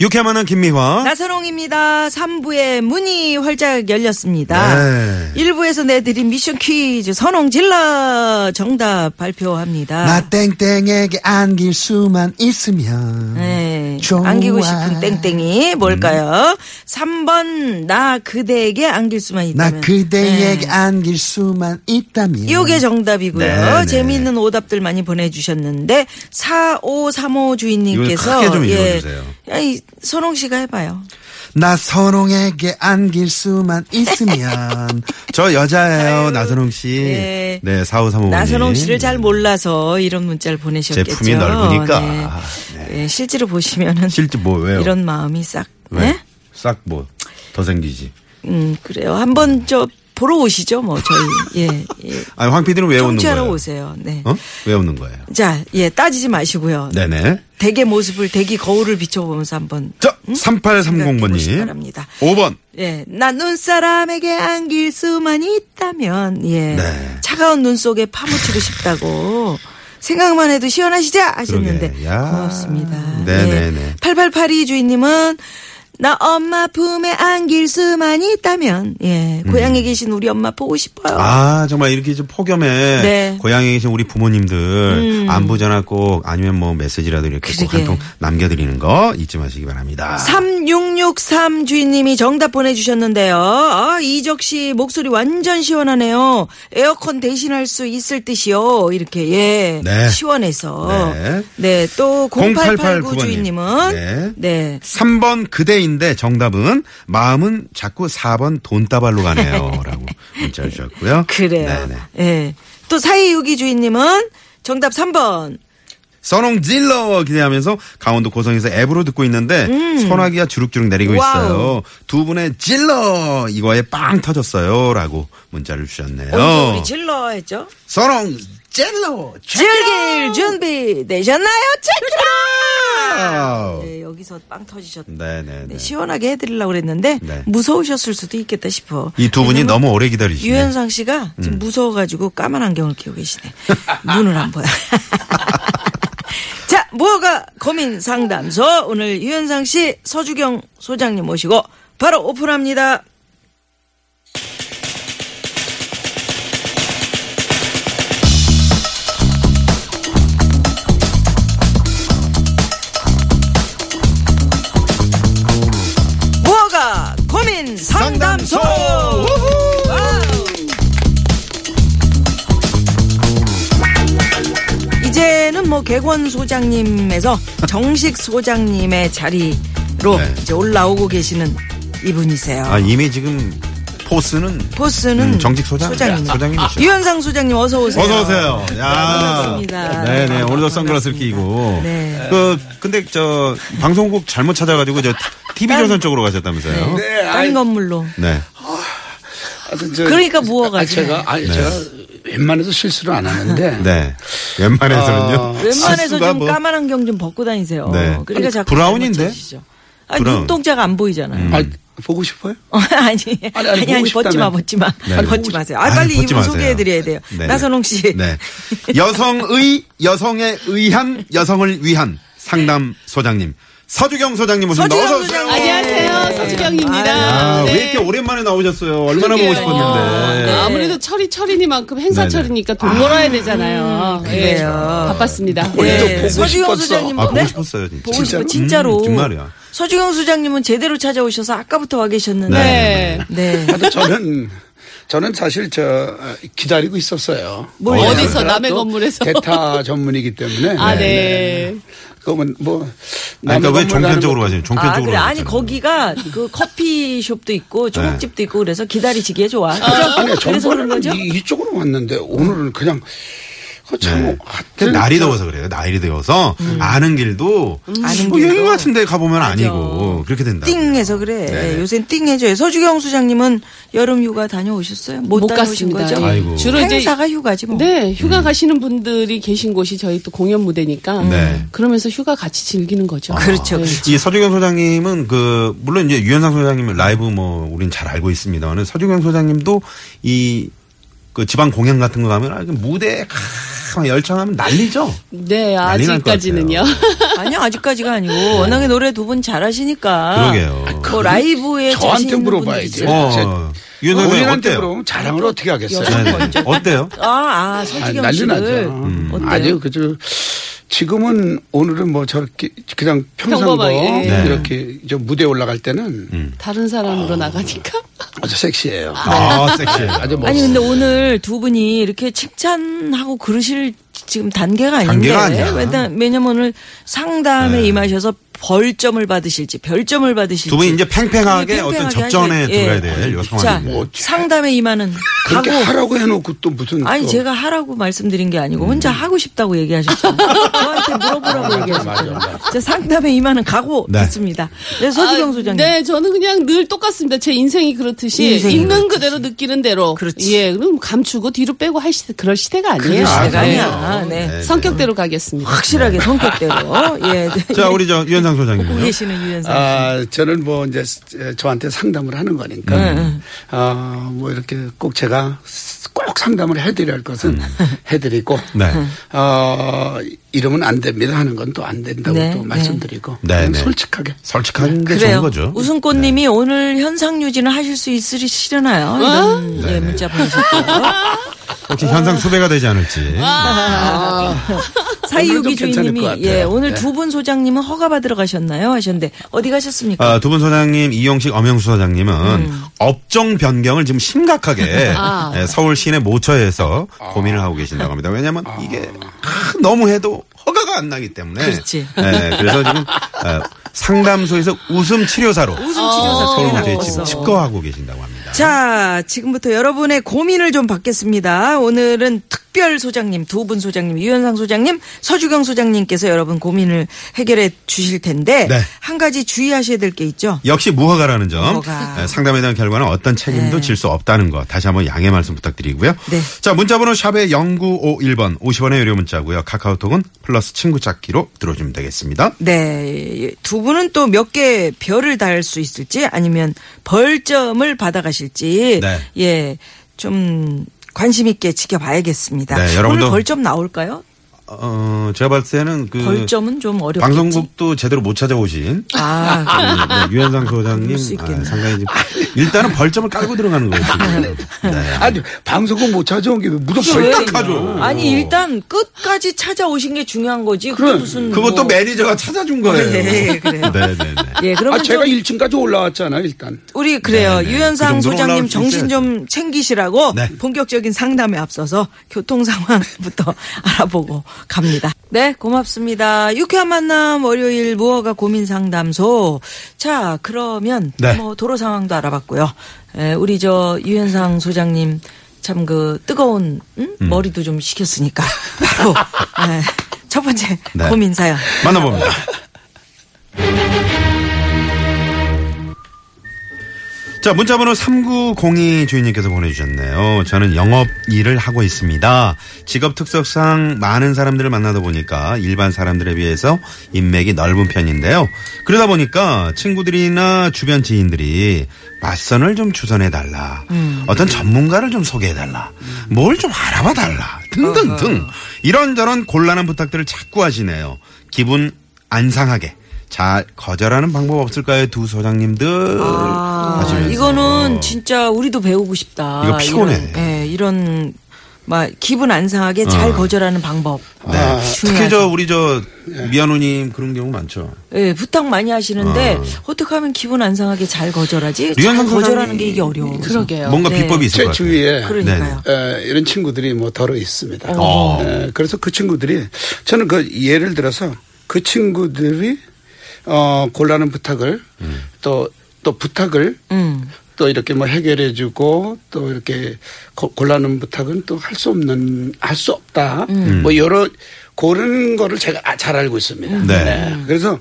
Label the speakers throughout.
Speaker 1: 유쾌만한 김미화.
Speaker 2: 나선홍입니다. 3부의 문이 활짝 열렸습니다.
Speaker 1: 네.
Speaker 2: 1부에서 내드린 미션 퀴즈 선홍 질러 정답 발표합니다.
Speaker 3: 나 땡땡에게 안길 수만 있으면
Speaker 2: 네.
Speaker 3: 좋아.
Speaker 2: 안기고 싶은 땡땡이
Speaker 1: 음.
Speaker 2: 뭘까요? 3번 나 그대에게 안길 수만
Speaker 3: 나
Speaker 2: 있다면.
Speaker 3: 그대에게 안길 수만 있다면
Speaker 2: 음. 요게 정답이고요.
Speaker 1: 네, 네.
Speaker 2: 재미있는 오답들 많이 보내주셨는데 4535 주인님께서 예.
Speaker 1: 이걸 크게 좀 읽어주세요.
Speaker 2: 아이, 선홍 씨가 해봐요.
Speaker 3: 나 선홍에게 안길 수만 있으면
Speaker 1: 저 여자예요, 나선홍 씨.
Speaker 2: 네.
Speaker 1: 네, 4535.
Speaker 2: 나선홍 씨를 잘 몰라서 이런 문자를 보내셨겠죠.
Speaker 1: 제품이 넓으니까.
Speaker 2: 네. 네, 실제로 보시면은
Speaker 1: 실제 뭐, 왜요?
Speaker 2: 이런 마음이 싹.
Speaker 1: 왜?
Speaker 2: 네?
Speaker 1: 싹 뭐, 더 생기지.
Speaker 2: 음 그래요. 한번 저 보러 오시죠, 뭐 저희 예. 예.
Speaker 1: 아니, 황 PD는 왜 웃는
Speaker 2: 청취하러
Speaker 1: 거예요?
Speaker 2: 오세요. 네.
Speaker 1: 어? 왜 웃는 거예요?
Speaker 2: 자, 예 따지지 마시고요.
Speaker 1: 네네.
Speaker 2: 대개 모습을 대기 거울을 비춰보면서 한번
Speaker 1: 저,
Speaker 2: 응? 네, 생각해보시기
Speaker 1: 3830번님.
Speaker 2: 바랍니다.
Speaker 1: 5번.
Speaker 2: 예, 나 눈사람에게 안길 수만 있다면, 예.
Speaker 1: 네.
Speaker 2: 차가운 눈 속에 파묻히고 싶다고. 생각만 해도 시원하시죠? 하셨는데.
Speaker 1: 그러게. 야.
Speaker 2: 고맙습니다.
Speaker 1: 네네네.
Speaker 2: 예. 8882 주인님은 나 엄마 품에 안길 수만 있다면, 예. 고향에 계신 우리 엄마 보고 싶어요.
Speaker 1: 음. 아, 정말 이렇게 좀 폭염에
Speaker 2: 네. 음.
Speaker 1: 고향에 계신 우리 부모님들 안부 전화 꼭 아니면 뭐 메시지라도 이렇게 꼭
Speaker 2: 그러게.
Speaker 1: 한 통 남겨드리는 거 잊지 마시기 바랍니다.
Speaker 2: 3663 주인님이 정답 보내주셨는데요. 아, 이적 씨 목소리 완전 시원하네요. 에어컨 대신할 수 있을 듯이요. 이렇게, 예.
Speaker 1: 네.
Speaker 2: 시원해서.
Speaker 1: 네.
Speaker 2: 네. 또, 0889
Speaker 1: 0889
Speaker 2: 주인님은. 네.
Speaker 1: 3번 그대인데 정답은 마음은 자꾸 4번 돈다발로 가네요. 라고 문자 주셨고요.
Speaker 2: 그래요.
Speaker 1: 네네.
Speaker 2: 예. 또, 4262 주인님은 정답 3번.
Speaker 1: 선홍 질러 기대하면서 강원도 고성에서 앱으로 듣고 있는데 소나기가 주룩주룩 내리고
Speaker 2: 음. 와우.
Speaker 1: 있어요. 두 분의 질러 이거에 빵 터졌어요. 라고 문자를 주셨네요.
Speaker 2: 오늘 어, 우리 질러 했죠?
Speaker 1: 선홍 질러
Speaker 2: 즐길 준비 되셨나요? 체키라!
Speaker 1: 아우.
Speaker 2: 네, 여기서 빵 터지셨다.
Speaker 1: 네네네.
Speaker 2: 네, 시원하게 해드리려고 그랬는데
Speaker 1: 네.
Speaker 2: 무서우셨을 수도 있겠다 싶어.
Speaker 1: 이 두 분이 너무 오래 기다리시네. 음.
Speaker 2: 유현상 씨가 지금 무서워가지고 까만 안경을 끼고 계시네. 눈을 안 보여. 자, 무허가 고민 상담소 오늘 유현상 씨, 서주경 소장님 모시고 바로 오픈합니다. 무허가 고민 상담소. 와우. 이제는 뭐 개권 소장님에서 정식 소장님의 자리로
Speaker 1: 네.
Speaker 2: 이제 올라오고 계시는 이분이세요.
Speaker 1: 아, 이미 지금 포스는
Speaker 2: 보스는
Speaker 1: 음, 정직 소장?
Speaker 2: 소장님.
Speaker 1: 소장님이시죠.
Speaker 2: 유현상 소장님 어서 오세요.
Speaker 1: 어서 오세요. 야.
Speaker 2: 반갑습니다.
Speaker 1: 네네. 오늘도 선글라스를 끼고.
Speaker 2: 네.
Speaker 1: 그 근데 저 방송국 잘못 찾아가지고 저 TV 조선 쪽으로 가셨다면서요? 네.
Speaker 2: 딴 건물로.
Speaker 4: 하여튼 저-
Speaker 2: 그러니까 무허가
Speaker 4: 아,
Speaker 2: 지금.
Speaker 4: 제가 아니 제가 웬만해서 실수를 안 하는데
Speaker 1: 네. 웬만해서는요.
Speaker 2: 웬만해서
Speaker 1: 아, 실수가
Speaker 2: 좀 까만 안경 좀 벗고 다니세요.
Speaker 1: 뭐. 네.
Speaker 2: 그러니까 자꾸
Speaker 1: 브라운인데?
Speaker 2: 잘못 찾으시죠. 아니
Speaker 1: 브라운. 음.
Speaker 2: 눈동자가 안 보이잖아요.
Speaker 4: 아, 보고 싶어요?
Speaker 2: 어, 아니, 아니,
Speaker 4: 아니,
Speaker 2: 아니,
Speaker 4: 보고
Speaker 2: 벗지 마,
Speaker 4: 싶다면.
Speaker 2: 벗지 마.
Speaker 1: 네.
Speaker 2: 벗지 마세요. 아,
Speaker 1: 아니,
Speaker 2: 빨리
Speaker 1: 벗지
Speaker 2: 이분
Speaker 1: 마세요.
Speaker 2: 소개해드려야 돼요.
Speaker 1: 네네.
Speaker 2: 나선홍 씨.
Speaker 1: 네. 여성의 여성에 의한 여성을 위한 상담 소장님. 서주경 소장님 오십니다.
Speaker 2: 서주경
Speaker 1: 어서 오세요.
Speaker 2: 소장님.
Speaker 5: 안녕하세요. 서주경입니다.
Speaker 1: 네. 아, 왜
Speaker 5: 네.
Speaker 1: 이렇게 오랜만에 나오셨어요? 얼마나 보고
Speaker 5: 그러게요.
Speaker 1: 싶었는데. 네.
Speaker 5: 아, 무래도 철이 철이니만큼
Speaker 1: 네네. 아.
Speaker 5: 행사철이니까 돈 벌어야 되잖아요. 예.
Speaker 2: 음, 그래요.
Speaker 5: 바빴습니다.
Speaker 1: 네.
Speaker 4: 우리
Speaker 5: 예.
Speaker 4: 또 보고
Speaker 2: 서주경
Speaker 4: 싶었어.
Speaker 2: 소장님.
Speaker 1: 아, 보고
Speaker 2: 네?
Speaker 1: 싶었어요, 진짜.
Speaker 2: 보고 싶어,
Speaker 1: 음,
Speaker 2: 진짜로.
Speaker 1: 정말이야.
Speaker 2: 서주경 소장님은 제대로 찾아오셔서 아까부터 와 계셨는데.
Speaker 5: 네.
Speaker 2: 네.
Speaker 4: 하여튼 저는 저는 사실 저 어, 기다리고 있었어요.
Speaker 2: 뭘
Speaker 5: 어디서,
Speaker 4: 왜냐하면
Speaker 5: 남의
Speaker 4: 또
Speaker 5: 건물에서?
Speaker 4: 대타 전문이기 때문에.
Speaker 5: 아, 네.
Speaker 4: 그러면 뭐
Speaker 1: 아니,
Speaker 4: 남의
Speaker 1: 그러니까 왜
Speaker 4: 건물 가는
Speaker 1: 종편적으로
Speaker 4: 거-
Speaker 1: 가세요? 종편적으로.
Speaker 2: 아, 그래. 아니,
Speaker 1: 가셨잖아요. 네.
Speaker 2: 거기가 그 커피숍도 있고 중국집도 있고 그래서 기다리시기에 좋아.
Speaker 4: 아니
Speaker 2: 그래서 그런
Speaker 4: 전번에는
Speaker 2: 거죠?
Speaker 4: 이- 이쪽으로 왔는데 오늘은 그냥 그거 참, 아,
Speaker 1: 그
Speaker 4: 참,
Speaker 1: 날이 더워서 그래요. 날이 더워서 아는 길도
Speaker 2: 음. 아는
Speaker 1: 뭐 여기
Speaker 2: 길도.
Speaker 1: 같은데 가보면 아니고 그렇게 된다.
Speaker 2: 띵해서 그래.
Speaker 1: 네네.
Speaker 2: 요새 띵해져요. 서주경 소장님은 여름 휴가 다녀오셨어요? 못,
Speaker 5: 못
Speaker 2: 다녀오신
Speaker 5: 갔습니다.
Speaker 2: 거죠?
Speaker 5: 예.
Speaker 1: 아이고. 음.
Speaker 5: 주로 이제
Speaker 2: 행사가 휴가지 뭐.
Speaker 5: 네 휴가 가시는 분들이 계신 곳이 저희 또 공연 무대니까
Speaker 1: 네.
Speaker 5: 그러면서 휴가 같이 즐기는 거죠.
Speaker 2: 그렇죠.
Speaker 5: 네.
Speaker 1: 이 서주경 소장님은 그 물론 이제 유현상 소장님 라이브 뭐 우린 잘 알고 있습니다만은 서주경 소장님도 이 그 지방 공연 같은 거 가면 아, 그 무대에 막 열창하면 난리죠.
Speaker 5: 네,
Speaker 1: 난리 날것
Speaker 5: 아직까지는요.
Speaker 2: 아니요 아직까지가 아니고 워낙에 노래 두 분 잘하시니까.
Speaker 1: 네. 그러게요.
Speaker 2: 뭐 라이브에 자신
Speaker 4: 아, 저한테
Speaker 2: 있는
Speaker 4: 물어봐야
Speaker 2: 분들
Speaker 4: 돼요.
Speaker 2: 있어요.
Speaker 1: 어, 유현상 소장님
Speaker 4: 본인한테
Speaker 1: 어때요?
Speaker 4: 그럼 자랑을 어떻게 하겠어요?
Speaker 2: 여성
Speaker 1: 네네. 어때요?
Speaker 2: 아, 아,
Speaker 4: 아,
Speaker 2: 서주경
Speaker 4: 난리
Speaker 2: 씨를.
Speaker 4: 나죠. 음.
Speaker 2: 어때요?
Speaker 4: 아니요, 그저 지금은 오늘은 뭐 저렇게 그냥 평상도
Speaker 5: 평범하게.
Speaker 1: 네. 음.
Speaker 4: 이렇게 저 무대 올라갈 때는
Speaker 5: 다른 사람으로 나가니까.
Speaker 4: 아주 섹시해요.
Speaker 1: 아 섹시해요.
Speaker 4: 아주 뭐 멋.
Speaker 2: 아니 근데 오늘 두 분이 이렇게 칭찬하고 그러실 지금 단계가 아닌데
Speaker 1: 단계가 아니야. 네.
Speaker 2: 왜냐- 왜냐면 오늘 상담에 임하셔서 벌점을 받으실지 별점을 받으실지
Speaker 1: 두 분이 이제 팽팽하게 어떤
Speaker 2: 그 팽팽하게
Speaker 1: 접전에
Speaker 2: 하셔야-
Speaker 1: 들어가야
Speaker 2: 예.
Speaker 1: 될
Speaker 2: 자
Speaker 1: 여성화입니다.
Speaker 4: 뭐,
Speaker 2: 상담에 임하는
Speaker 4: 그렇게
Speaker 2: 하고
Speaker 4: 하라고 해놓고 또 무슨
Speaker 2: 아니
Speaker 4: 또
Speaker 2: 제가 하라고 말씀드린 게 아니고 혼자 하고 싶다고 얘기하셨잖아요. 저한테 물어보라고 얘기하셨잖아요. 진짜 상담에 임하는 각오
Speaker 1: 네.
Speaker 2: 있습니다. 네, 서지경
Speaker 5: 아,
Speaker 2: 소장님. 네,
Speaker 5: 네, 저는 그냥 늘 똑같습니다. 제 인생이 그렇듯이
Speaker 2: 인생이
Speaker 5: 있는 그대로 느끼는 대로.
Speaker 2: 그렇지.
Speaker 5: 예, 그럼 감추고 뒤로 빼고 할 시대 그럴 시대가 아니에요.
Speaker 2: 시대가
Speaker 5: 예.
Speaker 2: 아니야. 네.
Speaker 5: 성격대로 가겠습니다.
Speaker 2: 확실하게 성격대로. 예.
Speaker 1: 자 우리 저 유현상
Speaker 2: 보고
Speaker 1: 소장님은요.
Speaker 2: 계시는 유연상.
Speaker 4: 아, 저는 뭐 이제 저한테 상담을 하는 거니까
Speaker 2: 네.
Speaker 4: 아, 뭐 이렇게 꼭 제가 꼭 상담을 해드려야 할 것은 해드리고
Speaker 1: 음. 네.
Speaker 4: 어, 이러면 안 됩니다 하는 건 또 안 된다고
Speaker 2: 네,
Speaker 4: 또
Speaker 2: 네.
Speaker 4: 말씀드리고
Speaker 1: 네,
Speaker 4: 그냥
Speaker 1: 네.
Speaker 4: 솔직하게
Speaker 1: 솔직한 게 좋은
Speaker 2: 그래요.
Speaker 1: 거죠.
Speaker 2: 우승꽃님이 오늘 현상 유지는 하실 수 있으시려나요?
Speaker 5: 어?
Speaker 2: 이런 예, 문자 보내셨고요.
Speaker 1: 혹시 현상 수배가 되지 않을지.
Speaker 2: 사이유기
Speaker 4: 오늘 좀 괜찮을 것
Speaker 2: 주인님이
Speaker 4: 같아요.
Speaker 2: 예, 오늘
Speaker 4: 네.
Speaker 2: 두 분 소장님은 허가 받으러 가셨나요? 하셨는데 어디 가셨습니까?
Speaker 1: 아, 두 분 소장님, 이용식, 엄영수 소장님은 업종 변경을 지금 심각하게 예, 서울 시내 모처에서 고민을 하고 계신다고 합니다. 왜냐하면 이게 아, 너무 해도 허가가 안 나기 때문에.
Speaker 2: 그렇지.
Speaker 1: 예, 그래서 지금 아, 상담소에서 웃음 치료사로 서울 모처에 지금 집거하고 계신다고 합니다.
Speaker 2: 자, 지금부터 여러분의 고민을 좀 받겠습니다. 오늘은 특별 소장님, 두 분 소장님, 유현상 소장님, 서주경 소장님께서 여러분 고민을 해결해 주실 텐데
Speaker 1: 네.
Speaker 2: 한 가지 주의하셔야 될 게 있죠.
Speaker 1: 역시 무허가라는 점.
Speaker 2: 무허가.
Speaker 1: 에, 상담에 대한 결과는 어떤 책임도 질 수 없다는 거 다시 한번 양해 말씀 부탁드리고요.
Speaker 2: 네.
Speaker 1: 자, 문자번호 샵의 0951번 50원의 유료 문자고요. 카카오톡은 플러스 친구 찾기로 들어주면 되겠습니다.
Speaker 2: 네. 두 분은 또 몇 개 별을 달 수 있을지 아니면 벌점을 받아 가실지
Speaker 1: 네.
Speaker 2: 예. 좀 관심 있게 지켜봐야겠습니다.
Speaker 1: 네,
Speaker 2: 오늘
Speaker 1: 여러분도-
Speaker 2: 벌점 나올까요?
Speaker 1: 어, 제가 봤을 때는 그
Speaker 2: 벌점은 좀 어렵겠지.
Speaker 1: 방송국도 제대로 못 찾아오신 그
Speaker 2: 아,
Speaker 1: 네, 유현상 소장님
Speaker 2: 그럴 수 있겠네. 아.
Speaker 1: 아, 상당히 지금 일단은 벌점을 깔고 들어가는 거예요. 지금. 네.
Speaker 4: 아니 방송국 못 찾아온 게 무조건
Speaker 2: 왜?
Speaker 4: 딱
Speaker 1: 가죠.
Speaker 2: 아니 일단 끝까지 찾아오신 게 중요한 거지. 그게 무슨
Speaker 1: 그것도
Speaker 2: 뭐-
Speaker 1: 매니저가 찾아준 거예요.
Speaker 2: 네, 그래요.
Speaker 1: 네, 네, 네.
Speaker 2: 예, 그러면
Speaker 4: 아, 제가
Speaker 2: 좀
Speaker 4: 1층까지 올라왔잖아요 일단
Speaker 2: 우리 그래요.
Speaker 1: 네, 네.
Speaker 2: 유현상
Speaker 1: 그 정도는
Speaker 2: 소장님
Speaker 1: 올라올 수
Speaker 2: 정신 좀 챙기시라고
Speaker 1: 네.
Speaker 2: 본격적인 상담에 앞서서 교통 상황부터 알아보고 갑니다. 네, 고맙습니다. 유쾌한 만남 월요일 무허가 고민 상담소. 자, 그러면
Speaker 1: 네.
Speaker 2: 뭐 도로 상황도 알아봤고요. 에, 우리 저 유현상 소장님 참 그 뜨거운 음? 머리도 좀 식혔으니까 바로 에, 첫 번째
Speaker 1: 네.
Speaker 2: 고민 사연.
Speaker 1: 만나봅니다. 자, 문자번호 3902 주인님께서 보내주셨네요. 저는 영업 일을 하고 있습니다. 직업 특성상 많은 사람들을 만나다 보니까 일반 사람들에 비해서 인맥이 넓은 편인데요. 그러다 보니까 친구들이나 주변 지인들이 맞선을 좀 추천해달라. 어떤 전문가를 좀 소개해달라. 뭘 좀 알아봐달라. 등등등. 이런저런 곤란한 부탁들을 자꾸 하시네요. 기분 안 상하게. 잘 거절하는 방법 없을까요? 두 소장님들.
Speaker 2: 아,
Speaker 1: 하시면서.
Speaker 2: 이거는 진짜 우리도 배우고 싶다.
Speaker 1: 이거 피곤해.
Speaker 2: 이런, 예, 이런 막 기분 안 상하게 잘 거절하는 방법.
Speaker 1: 어. 네. 특히
Speaker 2: 중요하죠.
Speaker 1: 저 우리 저 미아노님 그런 경우 많죠.
Speaker 2: 예, 부탁 많이 하시는데 어. 떻게 하면 기분 안 상하게 잘 거절하지? 잘
Speaker 1: 류현상
Speaker 2: 거절하는
Speaker 1: 소장이-
Speaker 2: 게 이게
Speaker 4: 음,
Speaker 2: 어려워.
Speaker 5: 그러게요.
Speaker 1: 뭔가
Speaker 2: 네.
Speaker 1: 비법이 있을
Speaker 4: 제
Speaker 1: 것 같아요.
Speaker 4: 주위에 네.
Speaker 2: 그러니까요.
Speaker 4: 에, 이런 친구들이 뭐 더러 있습니다.
Speaker 1: 어.
Speaker 4: 에, 그래서 그 친구들이 저는 그 예를 들어서 그
Speaker 1: 음.
Speaker 4: 친구들이 어, 곤란한 부탁을 또 또 부탁을
Speaker 2: 음.
Speaker 4: 또 이렇게 뭐 해결해 주고 또 이렇게 고- 곤란한 부탁은 또 할 수 없는 할 수 없다.
Speaker 2: 음.
Speaker 4: 뭐 여러 그런 거를 제가 아- 잘 알고 있습니다.
Speaker 1: 네.
Speaker 4: 음. 그래서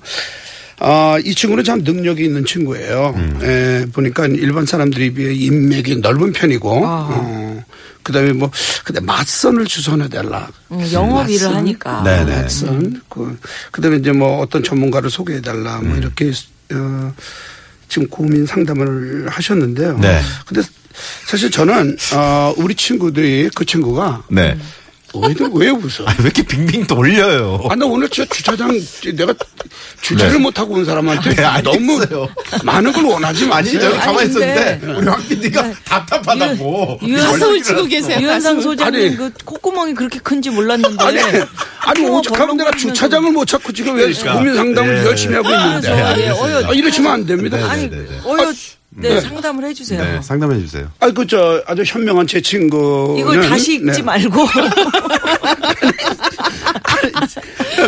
Speaker 4: 아, 이 친구는 참 능력이 있는 친구예요.
Speaker 1: 음.
Speaker 4: 예, 보니까 일반 사람들에 비해 인맥이 넓은 편이고,
Speaker 2: 아.
Speaker 4: 어, 그 다음에 뭐, 근데 맞선을 주선해달라.
Speaker 2: 음, 영업 일을 하니까.
Speaker 1: 네. 네네.
Speaker 4: 맞선. 그, 그 다음에 이제 뭐 어떤 전문가를 소개해달라.
Speaker 1: 음.
Speaker 4: 뭐 이렇게, 어, 지금 고민 상담을 하셨는데요.
Speaker 1: 네.
Speaker 4: 근데 사실 저는, 어, 우리 친구들이 그 친구가
Speaker 1: 네.
Speaker 2: 음.
Speaker 4: 왜, 왜 웃어?
Speaker 1: 아, 왜 이렇게 빙빙 돌려요?
Speaker 4: 아, 나 오늘 진짜 주차장, 내가 주차를
Speaker 1: 네.
Speaker 4: 못하고 온 사람한테
Speaker 1: 네,
Speaker 4: 너무
Speaker 1: 알겠어요.
Speaker 4: 많은 걸 원하지
Speaker 1: 아니,
Speaker 4: 마세요.
Speaker 1: 저는 가만히
Speaker 2: 아니, 근데- 네.
Speaker 1: 있었는데, 우리 황 PD가 답답하다고.
Speaker 2: 유-
Speaker 1: 원래
Speaker 5: 가슴을 치고
Speaker 1: 이런-
Speaker 5: 계세요.
Speaker 2: 유현상
Speaker 5: 가슴을.
Speaker 2: 소장님
Speaker 4: 아니.
Speaker 2: 그 콧구멍이 그렇게 큰지 몰랐는데.
Speaker 4: 아니, 아니,
Speaker 2: 콧구멍
Speaker 4: 오죽하면 내가
Speaker 2: 벌렁거리면서.
Speaker 4: 주차장을 못 찾고 지금 왜
Speaker 1: 그러니까.
Speaker 4: 고민 상담을
Speaker 1: 네.
Speaker 4: 열심히 하고 있는데.
Speaker 2: 네, 알겠습니다.
Speaker 4: 아, 이러시면 안 됩니다.
Speaker 2: 아니,
Speaker 1: 네, 네.
Speaker 2: 어여, 네, 상담을 해주세요.
Speaker 1: 네, 상담해 주세요.
Speaker 4: 아이 그저 아주 현명한 제 친구
Speaker 2: 이걸 다시
Speaker 4: 네.
Speaker 2: 읽지 말고.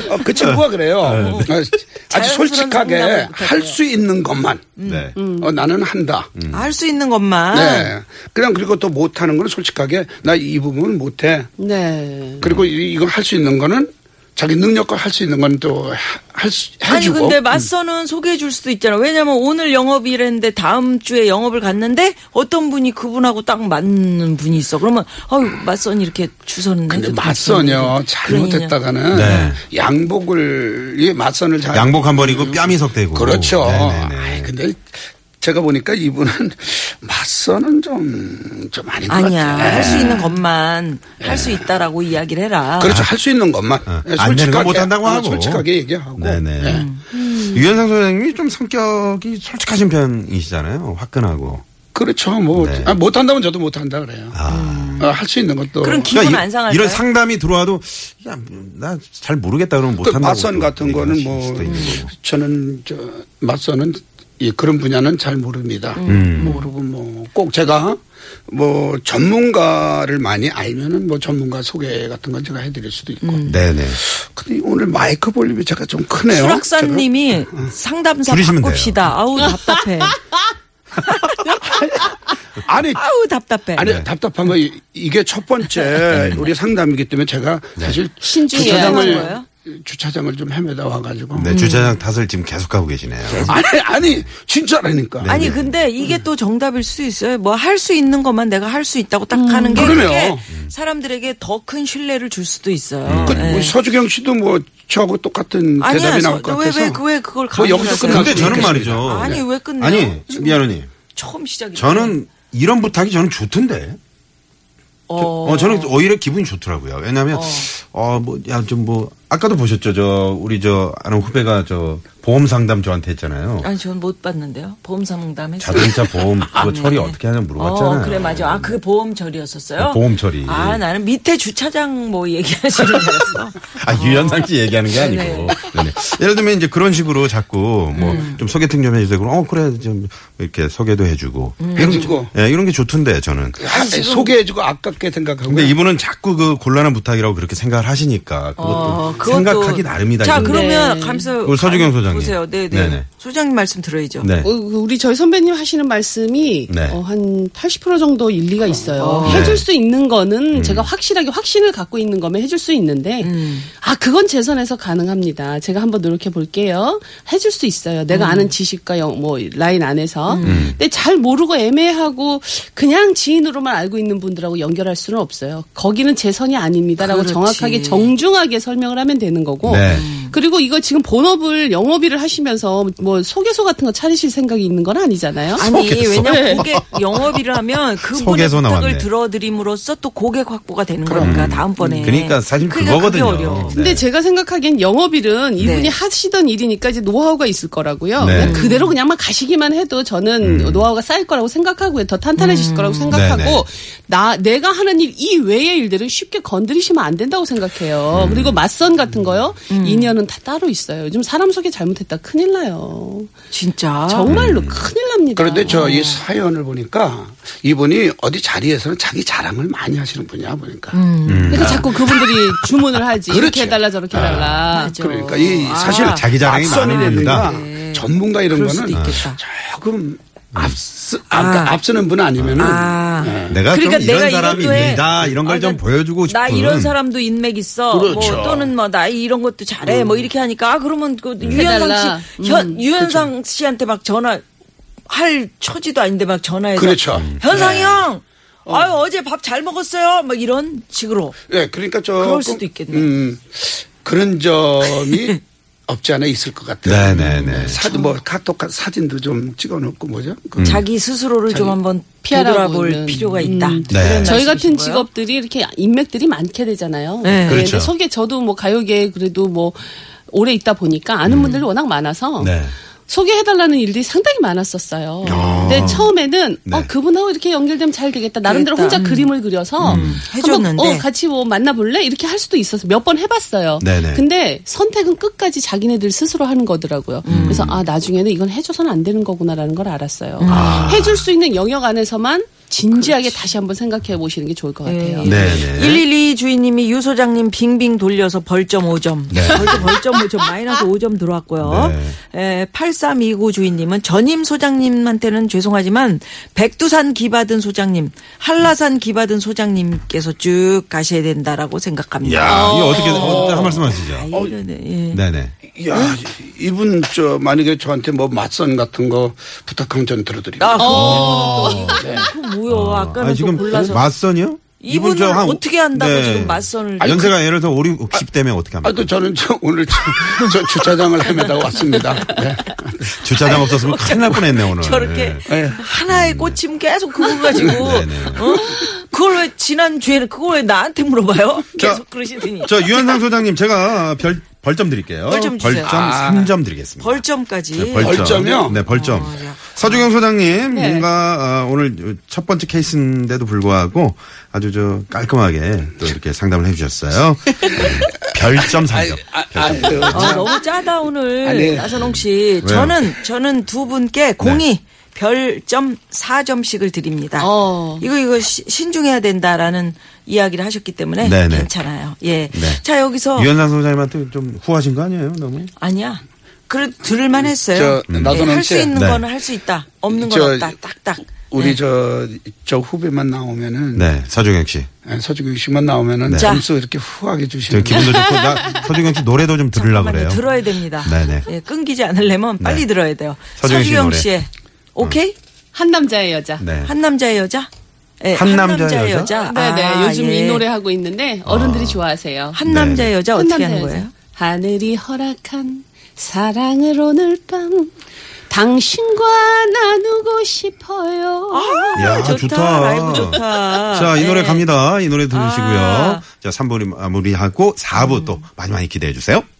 Speaker 4: 어, 그 친구가
Speaker 1: 네.
Speaker 4: 그래요. 어, 아주
Speaker 2: 자연스러운
Speaker 4: 솔직하게
Speaker 2: 상담을 부탁해요.
Speaker 4: 할 수 있는 것만
Speaker 2: 음.
Speaker 1: 네.
Speaker 4: 어, 나는 한다.
Speaker 2: 할 수 있는 것만.
Speaker 4: 네. 그냥 그리고 또 못하는 거는 솔직하게 나 이 부분은 못해.
Speaker 5: 네.
Speaker 4: 그리고 이- 이걸 할 수 있는 거는 자기 능력과 할 수 있는 건 또 할 수
Speaker 2: 아니
Speaker 4: 해주고. 음.
Speaker 2: 근데 맞서는 소개해 줄 수도 있잖아. 왜냐면 오늘 영업일 했는데 다음 주에 영업을 갔는데 어떤 분이 그분하고 딱 맞는 분이 있어. 그러면 어유 맞선 이렇게 주선은 그러니까.
Speaker 4: 근데
Speaker 2: 해도
Speaker 4: 맞선요
Speaker 2: 되겠는데.
Speaker 4: 잘못했다가는
Speaker 1: 네.
Speaker 4: 양복을 이 맞선을 잘
Speaker 1: 양복 한 벌이고 뺨이 석대고.
Speaker 4: 그렇죠.
Speaker 1: 네네네.
Speaker 4: 아이, 근데 제가 보니까 이분은 맞서는 좀, 좀 아닌 것
Speaker 2: 아니야
Speaker 4: 같아. 예.
Speaker 2: 할 수 있는 아. 것만 할 수 있다라고 이야기를 해라.
Speaker 4: 그렇죠. 할 수 있는 것만.
Speaker 1: 어,
Speaker 4: 예,
Speaker 1: 안 되는 건 못한다고
Speaker 4: 어,
Speaker 1: 하고.
Speaker 4: 솔직하게 얘기하고.
Speaker 1: 아, 네네.
Speaker 4: 예.
Speaker 2: 음.
Speaker 1: 유현상 소장님이 좀 성격이 솔직하신 편이시잖아요. 화끈하고.
Speaker 4: 그렇죠. 뭐.
Speaker 1: 네.
Speaker 4: 아, 못한다면 저도 못한다 그래요. 어,
Speaker 1: 아.
Speaker 4: 할 수 있는 것도.
Speaker 2: 그런 기분
Speaker 1: 그러니까 이-
Speaker 2: 안 상할까요?
Speaker 1: 이런 상담이 들어와도 나 잘 모르겠다 그러면
Speaker 4: 그
Speaker 1: 못한다고.
Speaker 4: 맞선
Speaker 1: 또
Speaker 4: 같은 거는
Speaker 1: 얘기하실
Speaker 4: 뭐
Speaker 1: 수도 있는 거고.
Speaker 4: 저는 저 맞선은 이 그런 분야는 잘 모릅니다. 모르고 뭐 꼭 제가 뭐 전문가를 많이 알면은 뭐 전문가 소개 같은 건 제가 해드릴 수도 있고.
Speaker 1: 음. 네네.
Speaker 4: 근데 오늘 마이크 볼륨이 제가 좀 크네요. 음.
Speaker 2: 수락사님이 상담사
Speaker 1: 줄이시면
Speaker 2: 바꿉시다. 아우 답답해.
Speaker 4: 제가. 아니
Speaker 2: 아우 네. 답답해.
Speaker 4: 아니
Speaker 1: 네.
Speaker 4: 답답한 거 이- 이게 첫 번째 우리 상담이기 때문에 제가
Speaker 1: 네.
Speaker 4: 사실
Speaker 5: 신중해야 하는
Speaker 4: 주차장을
Speaker 2: 거예요?
Speaker 4: 주차장을 좀 헤매다 와가지고.
Speaker 2: 음.
Speaker 1: 네, 주차장 탓을 지금 계속 하고 계시네요.
Speaker 4: 아니 아니 진짜라니까.
Speaker 1: 네.
Speaker 2: 아니 근데 이게 또 정답일 수도 있어요. 뭐 할 수 있는 것만 내가 할 수 있다고 딱 하는 게
Speaker 4: 음. 그러네요. 음.
Speaker 2: 그게 사람들에게 더 큰 신뢰를 줄 수도 있어요.
Speaker 4: 그,
Speaker 2: 예.
Speaker 4: 뭐 서주경 씨도 뭐 저하고 똑같은
Speaker 2: 아니야,
Speaker 4: 대답이 나올
Speaker 2: 저-
Speaker 4: 것
Speaker 2: 왜-
Speaker 4: 같아서.
Speaker 2: 왜- 왜 그걸
Speaker 4: 뭐 여기서
Speaker 2: 강조하세요?
Speaker 4: 끝나
Speaker 1: 근데 저는 말이죠.
Speaker 2: 아니, 왜 끝내요?
Speaker 1: 아니, 미안하니.
Speaker 2: 처음 시작이.
Speaker 1: 저는 이런 부탁이 저는 좋던데. 어, 저는 오히려 기분이 좋더라고요. 왜냐면, 어, 뭐, 야, 좀 뭐, 아까도 보셨죠. 저, 우리 저, 아는 후배가 저, 보험 상담 저한테 했잖아요.
Speaker 2: 아니 전 못 봤는데요. 보험 상담 했어요.
Speaker 1: 자동차 보험, 그거 처리
Speaker 2: 네.
Speaker 1: 어떻게 하냐
Speaker 2: 어,
Speaker 1: 물어봤잖아요.
Speaker 2: 그래 맞아. 아 그게 보험 처리였었어요.
Speaker 1: 보험 처리.
Speaker 2: 아 나는 밑에 주차장 뭐 얘기하시는 줄 알았어.
Speaker 1: 아, 유현상 씨 얘기하는 게 아니고. 네네. 예를 들면 이제 그런 식으로 자꾸 뭐
Speaker 2: 음.
Speaker 1: 좀 소개팅 좀 해주세요. 그럼 어, 그래. 좀 이렇게 소개도 해주고.
Speaker 2: 음.
Speaker 1: 이런, 게
Speaker 4: 해주고.
Speaker 1: 좋- 예, 이런 게 좋던데 저는.
Speaker 4: 음. 아, 소개해주고 아깝게 생각하고.
Speaker 2: 네.
Speaker 1: 근데 이분은 자꾸 그 곤란한 부탁이라고 그렇게 생각을 하시니까 그것도
Speaker 2: 어, 그것도-
Speaker 1: 생각하기 나름이다.
Speaker 2: 자
Speaker 1: 이건.
Speaker 2: 그러면 감사.
Speaker 1: 우리 서주경 소장님.
Speaker 2: 보세요. 네네.
Speaker 1: 네네.
Speaker 2: 소장님 말씀 들어야죠.
Speaker 1: 네.
Speaker 5: 어, 그 우리 저희 선배님 하시는 말씀이
Speaker 1: 네.
Speaker 5: 어, 한 80% 정도 일리가 있어요. 해줄
Speaker 1: 네. 음.
Speaker 5: 수 있는 거는 제가 확실하게 확신을 갖고 있는 거면 해줄 수 있는데
Speaker 2: 음.
Speaker 5: 아 그건 제 선에서 가능합니다. 제가 한번 노력해 볼게요. 해줄 수 있어요. 내가
Speaker 2: 음.
Speaker 5: 아는 지식과 영- 뭐 라인 안에서
Speaker 1: 음.
Speaker 5: 근데 잘 모르고 애매하고 그냥 지인으로만 알고 있는 분들하고 연결할 수는 없어요. 거기는 제 선이 아닙니다라고
Speaker 2: 그렇지.
Speaker 5: 정확하게 정중하게 설명을 하면 되는 거고
Speaker 1: 네.
Speaker 5: 그리고 이거 지금 본업을 영업일을 하시면서 뭐 소개소 같은 거 차리실 생각이 있는 건 아니잖아요. 네.
Speaker 2: 아니
Speaker 1: 속에서.
Speaker 2: 왜냐면 고객 영업일을 하면 그분의
Speaker 1: 속에서 나왔네.
Speaker 2: 부탁을 들어드림으로써 또 고객 확보가 되는 거니까 다음번에
Speaker 1: 그러니까 사실
Speaker 2: 그게-
Speaker 1: 그거거든요.
Speaker 2: 그게 어려워.
Speaker 5: 근데
Speaker 1: 네.
Speaker 5: 제가 생각하기엔 영업일은 이분이
Speaker 2: 네.
Speaker 5: 하시던 일이니까 이제 노하우가 있을 거라고요.
Speaker 1: 네. 음.
Speaker 5: 그냥 그대로 그냥 막 가시기만 해도 저는 노하우가 쌓일 거라고 생각하고요. 더
Speaker 2: 음.
Speaker 5: 탄탄해지실 거라고 생각하고
Speaker 1: 네네.
Speaker 5: 나 내가 하는 일 이외의 일들은 쉽게 건드리시면 안 된다고 생각해요.
Speaker 1: 음.
Speaker 5: 그리고 맞선 같은 거요.
Speaker 2: 음.
Speaker 5: 인연은 다 따로 있어요. 요즘 사람 소개 잘못했다 큰일 나요.
Speaker 2: 진짜
Speaker 5: 아, 정말로 큰일 납니다.
Speaker 4: 그런데 저 이 사연을 보니까 이분이 어디 자리에서는 자기 자랑을 많이 하시는 분이야 보니까.
Speaker 2: 음.
Speaker 5: 그러니까 자꾸 그분들이 주문을 하지
Speaker 4: 아. 그렇죠.
Speaker 5: 이렇게 해달라 저렇게 해달라
Speaker 4: 그러니까 이 사실
Speaker 1: 아, 자기 자랑이 많은
Speaker 4: 앞선이라든가
Speaker 1: 겁니다. 음.
Speaker 4: 전문가 이런
Speaker 2: 아. 네. 그럴
Speaker 4: 거는
Speaker 2: 수도 있겠다.
Speaker 4: 조금 앞서 아까 앞서는 분 아니면은
Speaker 2: 아.
Speaker 4: 예.
Speaker 1: 내가
Speaker 2: 그러니까
Speaker 1: 좀 이런
Speaker 2: 내가
Speaker 1: 사람이
Speaker 2: 이것도 해.
Speaker 1: 있다 이런 걸
Speaker 2: 아,
Speaker 1: 좀
Speaker 2: 나-
Speaker 1: 보여주고 싶은.
Speaker 2: 나 이런 사람도 인맥 있어.
Speaker 4: 그렇죠.
Speaker 2: 뭐 또는 뭐 나 이런 것도 잘해.
Speaker 1: 음.
Speaker 2: 뭐 이렇게 하니까 아 그러면 그
Speaker 5: 음. 해달라. 음.
Speaker 2: 유현상
Speaker 5: 그렇죠.
Speaker 2: 씨, 현, 유현상 씨한테 막 전화 할 처지도 아닌데 막 전화해서
Speaker 4: 그렇죠. 음.
Speaker 2: 현상이
Speaker 4: 네.
Speaker 2: 형, 아유 어제 밥 잘 먹었어요. 막 이런 식으로.
Speaker 4: 예, 그러니까 저
Speaker 2: 그럴 수도 있겠네.
Speaker 4: 음, 그런 점이 없지 않아 있을 것 같아요.
Speaker 1: 네네네.
Speaker 4: 사진 뭐 카톡 사진도 좀 찍어놓고 뭐죠? 그
Speaker 2: 자기 스스로를 좀 한번
Speaker 5: 피하라고
Speaker 2: 돌아볼
Speaker 5: 있는.
Speaker 2: 필요가 있다.
Speaker 5: 음.
Speaker 1: 네.
Speaker 2: 그런
Speaker 5: 저희 같은
Speaker 2: 말씀이신 거예요?
Speaker 5: 직업들이 이렇게 인맥들이 많게 되잖아요.
Speaker 2: 네.
Speaker 5: 근데
Speaker 1: 그렇죠.
Speaker 5: 속에 저도 뭐 가요계 그래도 뭐 오래 있다 보니까
Speaker 4: 음.
Speaker 5: 아는 분들이 워낙 많아서
Speaker 1: 네.
Speaker 5: 소개해달라는 일들이 상당히 많았었어요. 근데 처음에는
Speaker 1: 네.
Speaker 5: 어, 그분하고 이렇게 연결되면 잘 되겠다. 나름대로
Speaker 2: 되겠다. 음.
Speaker 5: 혼자 그림을 그려서
Speaker 1: 음.
Speaker 2: 해줬는데.
Speaker 5: 한번, 어, 같이 뭐 만나볼래? 이렇게 할 수도 있어서 몇 번 해봤어요.
Speaker 1: 네네.
Speaker 5: 근데 선택은 끝까지 자기네들 스스로 하는 거더라고요.
Speaker 1: 음.
Speaker 5: 그래서 아 나중에는 이건 해줘서는 안 되는 거구나라는 걸
Speaker 1: 음.
Speaker 5: 알았어요.
Speaker 1: 아.
Speaker 5: 해줄 수 있는 영역 안에서만 진지하게 다시 한번 생각해 보시는 게 좋을 것 같아요.
Speaker 1: 네네.
Speaker 2: 112 주인님이 유 소장님 빙빙 돌려서 벌점 5점.
Speaker 1: 네.
Speaker 2: 벌점, 벌점 5점, 마이너스 5점 들어왔고요.
Speaker 1: 네.
Speaker 2: 에, 8329 주인님은 전임 소장님한테는 죄송하지만 백두산 기받은 소장님, 한라산 기받은 소장님께서 쭉 가셔야 된다라고 생각합니다.
Speaker 1: 야, 이거 어떻게 어, 한 말씀 하시죠?
Speaker 2: 아, 이러네, 예.
Speaker 1: 네네.
Speaker 4: 야, 이분 저 만약에 저한테 뭐 맞선 같은 거 부탁하면 전 들어드리고. 네.
Speaker 2: 아, 그거 뭐야. 아까는
Speaker 1: 아니,
Speaker 2: 또
Speaker 1: 지금
Speaker 2: 골라서.
Speaker 1: 맞선이요?
Speaker 2: 이분을
Speaker 1: 저
Speaker 2: 어떻게 한다고 지금 맞선을
Speaker 1: 아,
Speaker 2: 지금.
Speaker 1: 연세가 예를 들어 5, 6, 60대면 어떻게 합니까?
Speaker 4: 아, 또 저는 저 오늘 저, 저 주차장을 헤매다 왔습니다. 네.
Speaker 1: 주차장 없었으면 큰일 날 뻔했네 오늘.
Speaker 2: 저렇게
Speaker 4: 예.
Speaker 2: 하나의 꽂힘 계속 그걸 가지고
Speaker 1: 네네.
Speaker 2: 어? 그걸 왜 지난 주에는 그걸 왜 나한테 물어봐요?
Speaker 1: 자,
Speaker 2: 계속 그러시더니
Speaker 1: 저 유현상 소장님 제가 별 벌점 드릴게요.
Speaker 2: 벌점 주세요.
Speaker 4: 아.
Speaker 1: 3점 드리겠습니다.
Speaker 2: 벌점까지
Speaker 1: 네,
Speaker 4: 벌점이요?
Speaker 1: 네, 벌점.
Speaker 2: 어, 야.
Speaker 1: 서주경 소장님
Speaker 5: 네.
Speaker 1: 뭔가 아, 오늘 첫 번째 케이스인데도 불구하고 아주 저 깔끔하게 또 이렇게 상담을 해주셨어요. 네, 별점 3점.
Speaker 4: 아, 아, 그,
Speaker 2: 아, 너무 짜다 오늘
Speaker 4: 아니.
Speaker 2: 나선홍 씨.
Speaker 1: 왜요?
Speaker 2: 저는 저는 두 분께 공이
Speaker 1: 네.
Speaker 2: 별점 4점씩을 드립니다.
Speaker 5: 어.
Speaker 2: 이거 이거 시- 신중해야 된다라는 이야기를 하셨기 때문에
Speaker 1: 네네.
Speaker 2: 괜찮아요. 예.
Speaker 1: 네.
Speaker 2: 자 여기서
Speaker 1: 유현상 소장님한테 좀 후하신 거 아니에요, 너무?
Speaker 2: 아니야. 그래 들을만 했어요. 예,
Speaker 4: 저, 나선홍
Speaker 2: 할수
Speaker 4: 씨.
Speaker 2: 있는
Speaker 1: 네.
Speaker 2: 거는 할 수 있다. 없는
Speaker 4: 저,
Speaker 2: 건 없다. 딱딱. 네.
Speaker 4: 우리 저, 저 후배만 나오면은.
Speaker 1: 네, 서주경 씨.
Speaker 4: 예, 서주경 씨만 나오면은.
Speaker 2: 자.
Speaker 4: 점수 이렇게 후하게
Speaker 1: 저
Speaker 4: 주시면.
Speaker 1: 네, 기분도 좋고 나 서주경 씨 노래도 좀 들으려고 그래요.
Speaker 2: 잠깐만요. 들어야 됩니다.
Speaker 1: 네네.
Speaker 2: 예, 끊기지 않으려면 빨리
Speaker 1: 네.
Speaker 2: 들어야 돼요.
Speaker 1: 서주경 씨
Speaker 2: 서주경
Speaker 1: 노래. 음.
Speaker 2: 씨의 오케이
Speaker 5: 한 남자의 여자.
Speaker 1: 네.
Speaker 2: 한 남자의 여자. 예,
Speaker 1: 한 남자의 여자?
Speaker 5: 네네
Speaker 2: 아,
Speaker 5: 요즘
Speaker 2: 예.
Speaker 5: 이 노래 하고 있는데 어른들이 좋아하세요.
Speaker 2: 한
Speaker 1: 네.
Speaker 2: 남자의 여자
Speaker 5: 한
Speaker 2: 어떻게
Speaker 5: 남자의
Speaker 2: 하는
Speaker 5: 여자.
Speaker 2: 거예요?
Speaker 5: 하늘이 허락한 사랑을 오늘 밤 당신과 나누고 싶어요.
Speaker 2: 아,
Speaker 1: 야,
Speaker 2: 좋다.
Speaker 1: 좋다.
Speaker 2: 라이브 좋다.
Speaker 1: 자, 이 노래
Speaker 2: 예.
Speaker 1: 갑니다. 이 노래 들으시고요.
Speaker 2: 아.
Speaker 1: 자, 3부 마무리하고 4부 또 많이 많이 기대해 주세요.